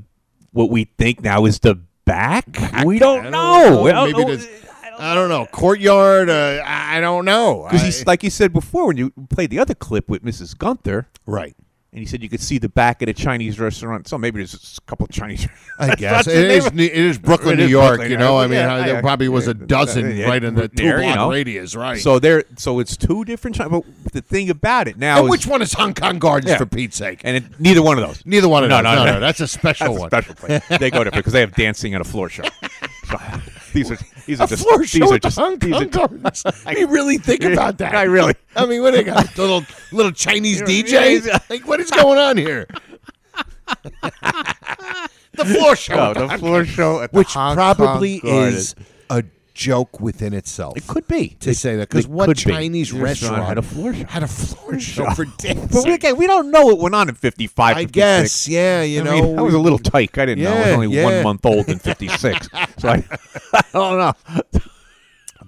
E: what we think now is the back. We don't, know. oh, We don't
D: maybe
E: know.
D: it is. Oh, I don't know courtyard. Uh, I I don't know.
E: Because he's like you said before when you played the other clip with Mrs. Gunther,
D: right?
E: And he said you could see the back at a Chinese restaurant. So maybe there's a couple of Chinese.
D: I guess
E: restaurants
D: it
E: in
D: is.
E: there.
D: New- It is Brooklyn,
E: It
D: New
E: is
D: York.
E: Brooklyn,
D: you
E: yeah.
D: know, I mean,
E: Yeah,
D: I- there
E: yeah.
D: probably was a dozen
E: Yeah,
D: right in the two
E: there,
D: block
E: you know.
D: radius, right?
E: So there, so it's two different. Chi- But the thing about it now,
D: and
E: is,
D: which one is Hong Kong Gardens
E: Yeah.
D: for Pete's sake?
E: And it, neither one of those.
D: Neither one of those. No, no, that's a special
E: That's
D: one.
E: special place. They go to because they have dancing and a floor show. So, these are these are
D: a
E: just
D: floor
E: these
D: show
E: are
D: at the
E: just
D: Hong
E: these
D: Kong
E: are,
D: Gardens. I mean, really think about that.
E: I really.
D: I mean, what do they got? Little little Chinese DJ? Like, what is going on here? The floor show.
E: No, the floor show at the
D: which
E: Hong Kong
D: probably
E: Garden.
D: is a joke within itself. It could be to say that because
E: It
D: what
E: could be.
D: Chinese
E: This
D: restaurant,
E: restaurant had a
D: floor show? Had a floor show
E: show.
D: for dancing.
E: But we, again, we don't know what went on in 55.
D: I guess, yeah, you
E: I mean,
D: know,
E: I was a
D: we-
E: little tyke. I didn't know. I was
D: Yeah,
E: only
D: yeah.
E: one month old in 56. so I, I don't know.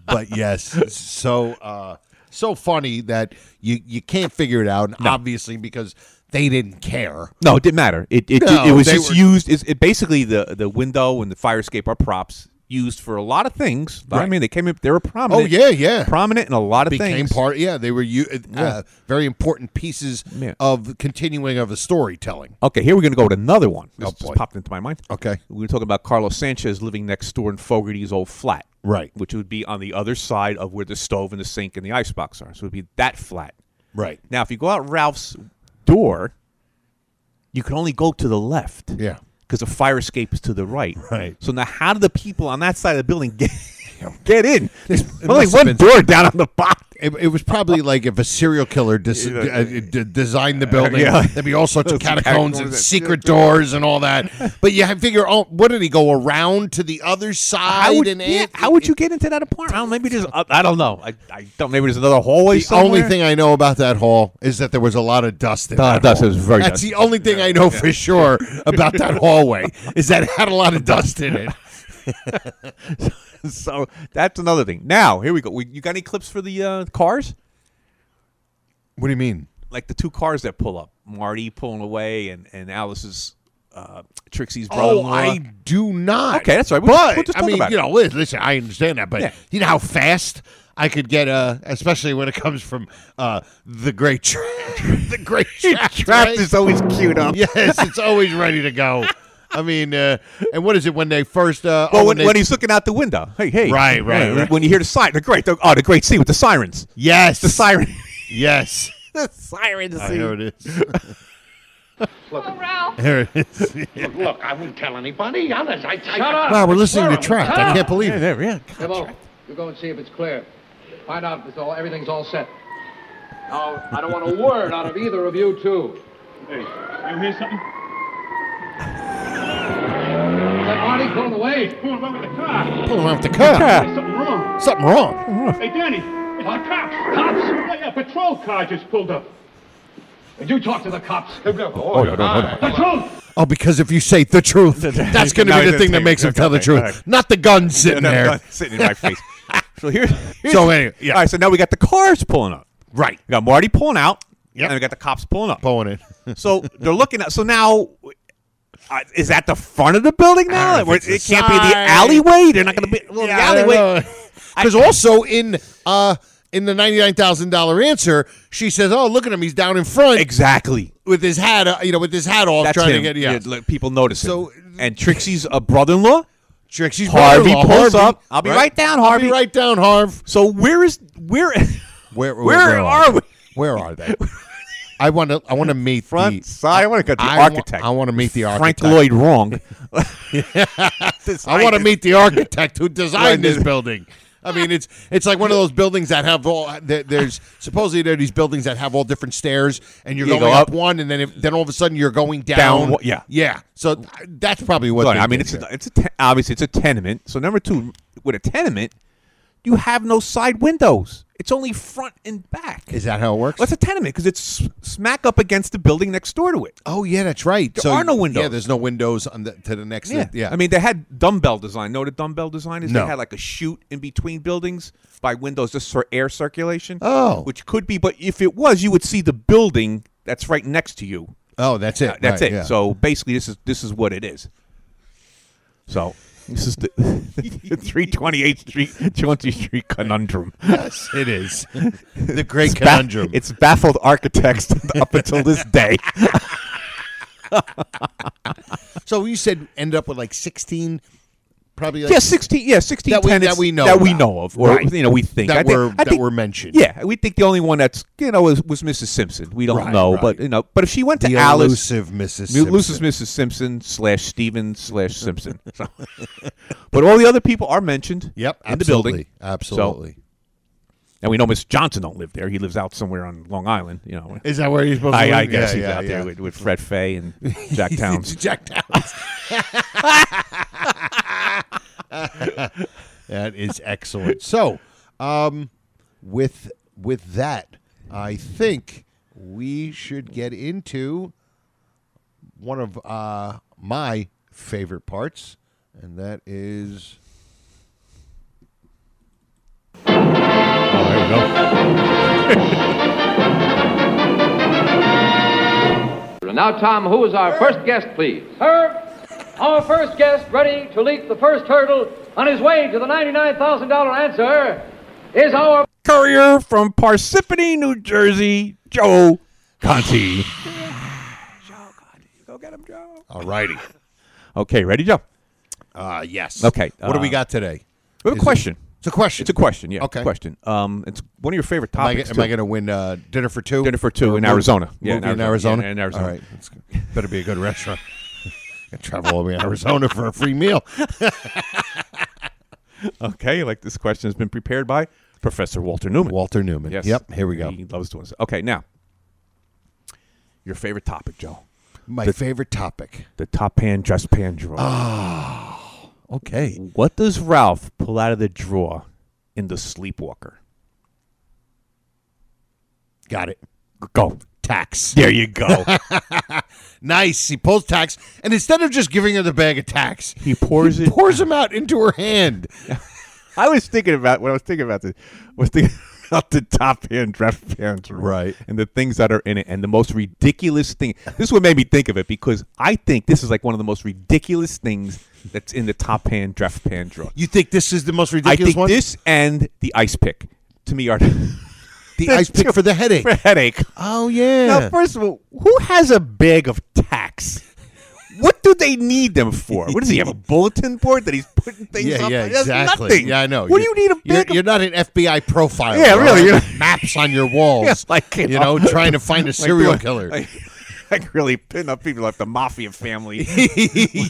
D: but yes, so uh, so funny that you you can't figure it out. And Obviously, because they didn't care.
E: No, it didn't matter. It it,
D: No,
E: it was
D: they
E: just
D: were-
E: used. It, it basically the the window and the fire escape are props used for a lot of things. I
D: Right.
E: mean, they came up. They were prominent.
D: Oh yeah, yeah.
E: prominent in a lot of
D: Became
E: things.
D: part. Yeah, they were you uh,
E: Yeah.
D: very important pieces of continuing of the storytelling.
E: Okay, here we're going to go with another one. This
D: Oh,
E: just
D: boy.
E: popped into my mind.
D: Okay.
E: We were talking about Carlos Sanchez living next door in Fogarty's old flat.
D: Right.
E: Which would be on the other side of where the stove and the sink and the icebox are. So it would be that flat.
D: Right.
E: Now, if you go out Ralph's door, you can only go to the left.
D: Yeah.
E: Because the fire escape is to the right.
D: Right.
E: So now, how do the people on that side of the building get, get in? There's
D: It
E: only
D: must have
E: one
D: been-
E: door down on the bottom.
D: It, it was probably like if a serial killer dis-
E: Yeah.
D: uh, d- designed the building,
E: Yeah.
D: there'd be all sorts of
E: Those
D: catacombs and
E: catacombs.
D: secret doors and all that. But you have- figure, oh, what did he go around to the other side?
E: How would,
D: and
E: yeah,
D: in?
E: how would you get into that apartment? I don't, know, maybe there's, I, I don't know. I, I don't. Maybe there's another hallway.
D: The only
E: somewhere?
D: thing I know about that hall is that there was a lot of Ah, dust in
E: Uh,
D: that
E: dust,
D: hall.
E: it was very
D: That's
E: dusty.
D: the only thing I know for sure about that hallway is that it had a lot of dust in it.
E: so that's another thing. Now here we go. We, you got any clips for the uh, cars?
D: What do you mean?
E: Like the two cars that pull up, Marty pulling away, and and Alice's uh, Trixie's brother.
D: Oh, I do not.
E: Okay, that's all right. We'll just-
D: but
E: we'll just
D: I
E: talk
D: mean,
E: about
D: you
E: it.
D: know, li- listen, I understand that, but
E: Yeah.
D: you know how fast I could get, uh, especially when it comes from uh, the great trap. the great trap.
E: Trapped
D: right?
E: is always queued up.
D: Yes, it's always ready to go. I mean, uh, and what is it when they first? Uh, oh,
E: Well, when,
D: they-
E: when he's looking out the window, hey, hey,
D: Right, right,
E: Yeah,
D: right.
E: When you hear the siren, the great, the, oh, the great sea with the sirens,
D: yes,
E: the siren.
D: yes,
E: the siren
D: Ah, here it is.
J: Look, oh, Ralph.
D: Here it is.
K: Look, look, I won't tell anybody. Honest, I, I,
M: Shut up.
D: Wow, we're listening to
M: Shut
D: Trapped. I
M: up.
D: can't believe
E: Yeah,
D: it.
E: there, yeah.
M: Hello. You go and see if it's clear. Find out if it's all everything's all set. No, I don't want a word out of either of you two.
A: Hey, you hear something?
M: That Marty pulling away.
A: Going around with the car.
D: Pulling around with the car.
A: There's something wrong.
D: Something wrong.
A: Hey, Danny, it's the cops. Cops? Yeah, yeah, patrol car just pulled up.
M: Did you talk to the cops?
E: Oh, no, no, no,
A: Patrol!
D: Oh, because if you say the truth, that's going
E: Now
D: to be the
E: he's
D: thing that
E: gonna
D: makes
E: take-
D: him tell the
E: okay,
D: truth,
E: alright.
D: not the gun sitting
E: no,
D: there.
E: no, sitting in my face. So here, here's,
D: So anyway, yeah.
E: all right. So now we got the cars pulling up.
D: Right.
E: We got Marty pulling out,
D: Yep.
E: and we got the cops pulling up.
D: Pulling it.
E: So they're looking at. So now, uh, is that the front of the building now?
D: don't know
E: Or
D: if
E: It,
D: it's the
E: can't be the
D: side.
E: alleyway. They're not going to be well, the alleyway.
D: Because also in uh in the ninety nine thousand dollar answer, she says, "Oh, look at him. He's down in front
E: Exactly.
D: with his hat. Uh, you know, with his hat off,
E: That's
D: trying
E: him.
D: to get yeah."
E: let people notice. So
D: So-
E: and Trixie's a brother's-in-law.
D: Trick. She's
E: Harvey
D: brother-in-law,
E: pulls
D: Harvey,
E: up. I'll be right down,
D: I'll
E: Harvey.
D: be right down, Harv.
E: So where is where?
D: Where
E: Where are we?
D: Where are they? I want to. I want to meet
E: Front
D: the,
E: side. I want to get the
D: I wa-
E: architect.
D: I want to meet the architect.
E: Frank Lloyd Wrong.
D: I want to meet the architect who designed this
E: Designed it.
D: building. I mean, it's it's like one of those buildings that have all. There, there's supposedly there are these buildings that have all different stairs, and you're
E: You
D: going
E: go
D: up,
E: up.
D: one, and then if, then all of a sudden you're going
E: Down
D: down.
E: one- yeah.
D: yeah. So th- that's probably what.
E: Look,
D: they
E: I mean,
D: did
E: it's
D: there.
E: a, it's a te- obviously it's a tenement. So number two, with a tenement, you have no side windows. It's only front and back.
D: Is that how it works?
E: Well, it's a tenement because it's s- smack up against the building next door to it.
D: oh yeah, that's right.
E: There
D: so
E: are no windows.
D: Yeah, there's no windows on the, to the next. Yeah. yeah.
E: I mean, they had dumbbell design. Know what a dumbbell design is?
D: No.
E: They had like a chute in between buildings by windows just for air circulation.
D: Oh.
E: Which could be, but if it was, you would see the building that's right next to you.
D: oh, that's it.
E: That's
D: right,
E: it.
D: yeah.
E: So basically, this is this is what it is. So this is the, the 328 Street, 20 Street conundrum.
D: yes, it is the great
E: Ba-
D: conundrum.
E: it's baffled architects up until this day.
D: so you said end up with like sixteen, probably. Like
E: yeah, 16. Yeah, 16
D: That we- that
E: tenants
D: we know
E: that we
D: about.
E: know of, or
D: Right.
E: you know, we think
D: That
E: I think,
D: were-
E: I
D: that
E: think-
D: were mentioned.
E: Yeah, we think the only one that's you know was, was Mrs. Simpson. We don't
D: Right,
E: know,
D: right.
E: but you know, but if she went to
D: the
E: Alice,
D: elusive Mrs.
E: Mu- Lucy's
D: Simpson.
E: Mrs. Simpson slash Stevens slash Simpson. So- but all the other people are mentioned.
D: Yep,
E: in the building.
D: absolutely, absolutely.
E: And we know Mr. Johnson don't live there. He lives out somewhere on Long Island. You know,
D: Is that where he's supposed to
E: I, I
D: live?
E: guess
D: Yeah,
E: he's
D: yeah,
E: out
D: yeah.
E: there with, with Fred Fay and Jack Towns.
D: Jack Towns. that is excellent. So, um, with with that, I think we should get into one of uh, my favorite parts, and that is. Oh, there we
N: And now, Tom, who is our first guest, please?
O: Herb, our first guest ready to leap the first hurdle on his way to the $99,000 answer is our.
E: Courier from Parsippany, New Jersey, Joe Conti.
D: All righty.
E: Okay, ready, Joe?
D: Uh, yes.
E: Okay.
D: What do we
E: uh,
D: got today?
E: We have a
D: Is it-
E: question.
D: It's a question.
E: It's a question. Yeah.
D: Okay.
E: Question. Um, it's one of your favorite
D: Am I,
E: topics.
D: am I going to win uh, dinner for two? Dinner
E: for two in Arizona. Yeah,
D: in Arizona.
E: Arizona. Yeah, in Arizona.
D: All right. It's better be a good restaurant. I travel all the way to Arizona for a free meal.
E: okay, like this question has been prepared by Professor Walter Newman.
D: Walter Newman.
E: Yes.
D: Yep, here we go.
E: He loves doing this. Okay, now your favorite topic, Joe.
D: My favorite topic.
E: The top pan dress pan drawer.
D: Oh, okay.
E: What does Ralph pull out of the drawer in the Sleepwalker?
D: Got it.
E: Go.
D: Tax.
E: There you go.
D: nice. He pulls tax, and instead of just giving her the bag of tax,
E: he pours
D: it pours them out into her hand.
E: I was thinking about when I was thinking about this. Was thinking about the top hand draft pants, right? And the things that are in it, and the most ridiculous thing. This is what made me think of it because I think this is like one of the most ridiculous things that's in the top hand draft pan drawer.
D: You think this is the most
E: I
D: ridiculous
E: think
D: one?
E: this and the ice pick to me are the
D: ice pick for the headache.
E: For headache.
D: Oh yeah.
E: Now, first of all, who has a bag of tacks? What do they need them for? What does he have a bulletin board that he's putting things
D: yeah,
E: up?
D: yeah,
E: on? That's
D: exactly.
E: nothing.
D: Yeah, I know.
E: What do you need a
D: you're,
E: bag of
D: you're not an FBI profile.
E: Yeah, really, you're-
D: maps on your walls.
E: Yeah, like
D: you know, trying to find a
E: like
D: serial
E: doing-
D: killer.
E: Like, like really pin up people like the mafia family.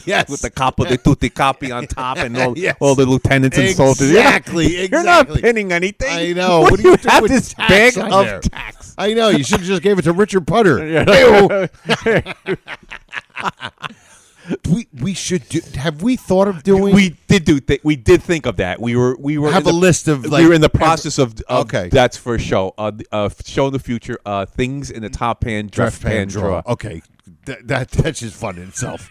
D: yes.
E: With the capo de tutti capi on top and all,
D: Yes.
E: all the lieutenants and soldiers. You're not-
D: Exactly.
E: You're
D: exactly.
E: not pinning anything.
D: I know.
E: What
D: What,
E: do
D: do
E: you
D: do
E: have
D: with
E: this
D: tax
E: bag
D: on
E: of
D: there?
E: tax?
D: I know. You should have just gave it to Richard Putter.
E: Yeah.
D: Ew. we we should do. Have we thought of doing?
E: We did do. Th- we did think of that. We were. We were
D: Have
E: in
D: a
E: the-
D: list of,
E: we
D: like,
E: were in the process of, of.
D: Okay.
E: That's for a show. Uh, the- uh, show in the future. Uh, things in the top pan draft pan drawer.
D: Okay, that, that that's just fun in itself.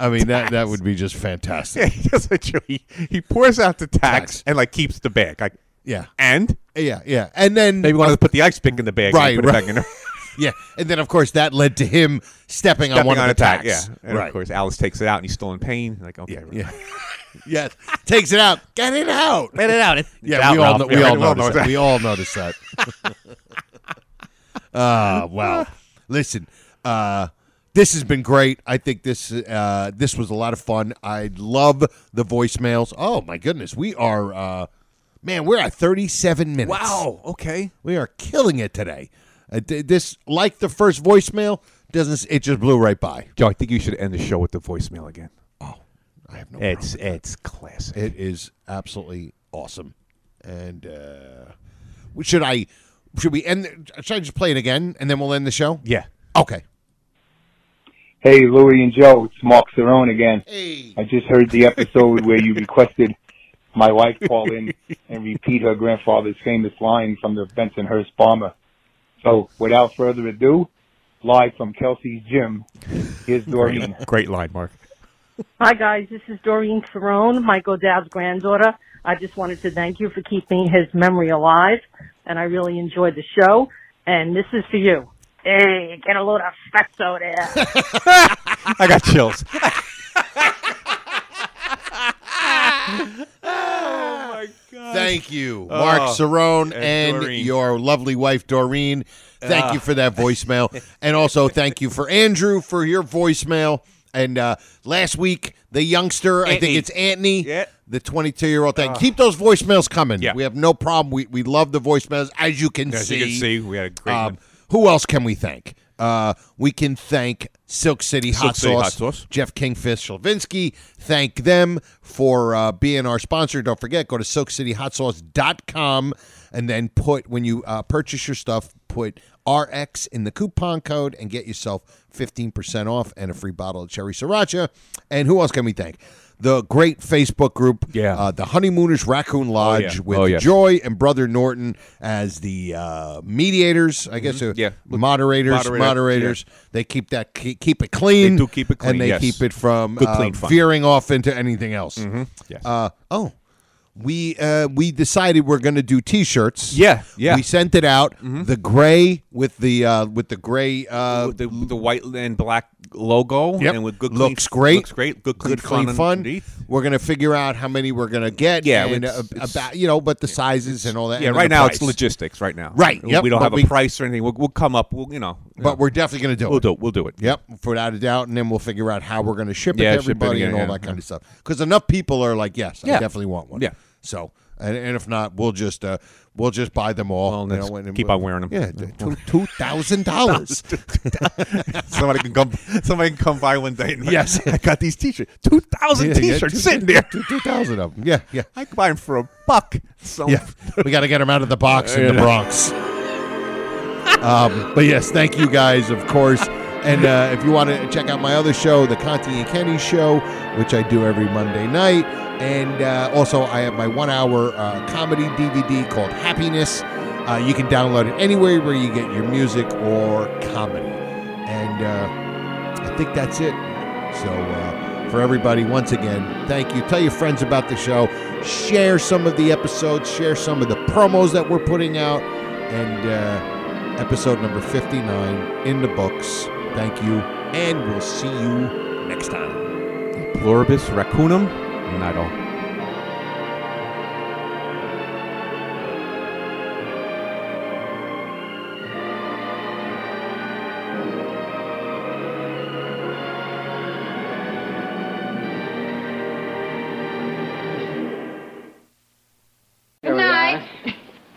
D: I mean that that would be just fantastic.
E: Yeah, he does it. Joe. He, he pours out the tax, and like keeps the bag. Like
D: Yeah.
E: and
D: Yeah, yeah, and then
E: maybe wanted to put the ice pick in the bag.
D: right,
E: and put
D: right.
E: It back in there.
D: yeah, and then of course that led to him stepping, on
E: Stepping
D: one of the
E: a tax.
D: tacks.
E: Yeah, and of
D: right.
E: course Alice takes it out, and he's still in pain. Like okay, right.
D: Yeah. yes, takes it out. Get it out.
E: Get it out. It's
D: yeah,
E: out,
D: we all
E: Ralph.
D: know,
E: Yeah,
D: we all
E: we all
D: noticed
E: know
D: that. We all noticed that. Ah, wow. Listen, uh, this has been great. I think this uh, this was a lot of fun. I love the voicemails. Oh my goodness, we are uh, man, we're at thirty seven minutes.
E: Wow. Okay.
D: We are killing it today. Uh, th- this like the first voicemail doesn't it just blew right by.
E: Joe, I think you should end the show with the voicemail again.
D: I have no
E: It's it's classic.
D: It is absolutely awesome. And uh, we- should I should we end? Should I just play it again and then we'll end the show?
E: Yeah.
D: Okay.
G: Hey, Louie and Joe, it's Mark Cerrone again. Hey. I just heard the episode where you requested my wife call in and repeat her grandfather's famous line from the Bensonhurst bomber. So, without further ado, live from Kelsey's gym, here's Doreen.
E: Great line, Mark.
H: Hi, guys. This is Doreen Ferrone, Michael Dowd's granddaughter. I just wanted to thank you for keeping his memory alive, and I really enjoyed the show. And this is for you. Hey, get a load of fatso there.
E: I got chills.
D: Thank you, Mark
E: Oh,
D: Cerrone,
E: and
D: and,
E: Doreen.
D: your lovely wife Doreen. Thank
E: Ah.
D: you for that voicemail, and also thank you for Andrew for your voicemail. And uh, last week, the youngster, I
E: Antony.
D: think it's Antony,
E: Yeah.
D: the 22 year old thing.
E: Ah.
D: Keep those voicemails coming. We have no problem. We, we love the voicemails, as you can
E: As
D: see.
E: you can see, Um, we had a great one.
D: Who else can we thank? Uh, we can thank Silk City
E: Silk
D: Hot,
E: City
D: Sauce,
E: Hot Sauce.
D: Jeff Kingfish Shalvinsky. Thank them for uh, being our sponsor. Don't forget, go to silkcityhotsauce.com and then put when you uh, purchase your stuff, put RX in the coupon code and get yourself 15% off and a free bottle of cherry sriracha. And who else can we thank? The great Facebook group, yeah, uh, the Honeymooners Raccoon Lodge
E: yeah.
D: with
E: Oh, yeah.
D: Joy and Brother Norton as the uh, mediators, I guess, uh,
E: Mm-hmm. Yeah.
D: moderators,
E: Moderator,
D: moderators. They keep that keep, keep it clean.
E: They do keep it clean,
D: and they
E: yes.
D: keep it from
E: Good,
D: uh,
E: clean fun.
D: veering off into anything else.
E: Mhm. Yes.
D: Uh, oh, we uh, we decided we're going to do T-shirts.
E: Yeah, yeah. Mm-hmm.
D: We sent it out. The gray with the uh, with the gray uh,
E: the, the white and black logo
D: Yep.
E: and with good clean-
D: looks great.
E: looks great good clean,
D: Good clean
E: fun,
D: fun.
E: underneath.
D: We're gonna figure out how many we're gonna get.
E: Yeah,
D: and
E: it's-
D: uh, about you know, but the sizes and all that.
E: yeah
D: and
E: right
D: the
E: now
D: price.
E: it's logistics right now
D: Right,
E: we,
D: yep,
E: we don't
D: but
E: have
D: we-
E: a price or anything we'll, we'll come up we'll you know
D: But we're definitely gonna do
E: we'll
D: it.
E: do it we'll do it
D: Yep, without a doubt, and then we'll figure out how we're going to ship it
E: Yeah,
D: to
E: ship it
D: everybody
E: again,
D: and all
E: yeah.
D: that kind of stuff. Because enough people are like, "Yes, I
E: Yeah.
D: definitely want one."
E: Yeah.
D: So, and, and if not, we'll just uh, we'll just buy them all. you
E: let's
D: know, and-
E: keep on wearing 'em.
D: Yeah, th- two two thousand dollars.
E: somebody can come somebody can come by one day and like,
D: Yes.
E: i got these t-shirts 2000
D: Yeah, yeah,
E: t-shirts
D: two-
E: sitting there
D: two- 2000 of them yeah yeah
E: i can buy them for a buck so
D: Yeah, we got to get them out of the box in the
E: Yeah.
D: Bronx. um, but yes, thank you guys, of course. And uh, if you want to check out my other show, the Conti and Kenny Show, which I do every Monday night, and uh, also I have my one-hour uh, comedy DVD called Happiness. Uh, you can download it anywhere where you get your music or comedy. And uh, I think that's it. So, uh, for everybody, once again, thank you. Tell your friends about the show. Share some of the episodes, share some of the promos that we're putting out. And uh, episode number 59 in the books. Thank you. And we'll see you next time.
E: pluribus racunum not all
P: Good night.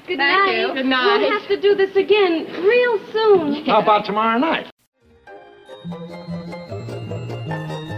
P: Good
J: Thank
P: night.
J: you. Good night.
P: We'll have to do this again real soon.
K: How about tomorrow night?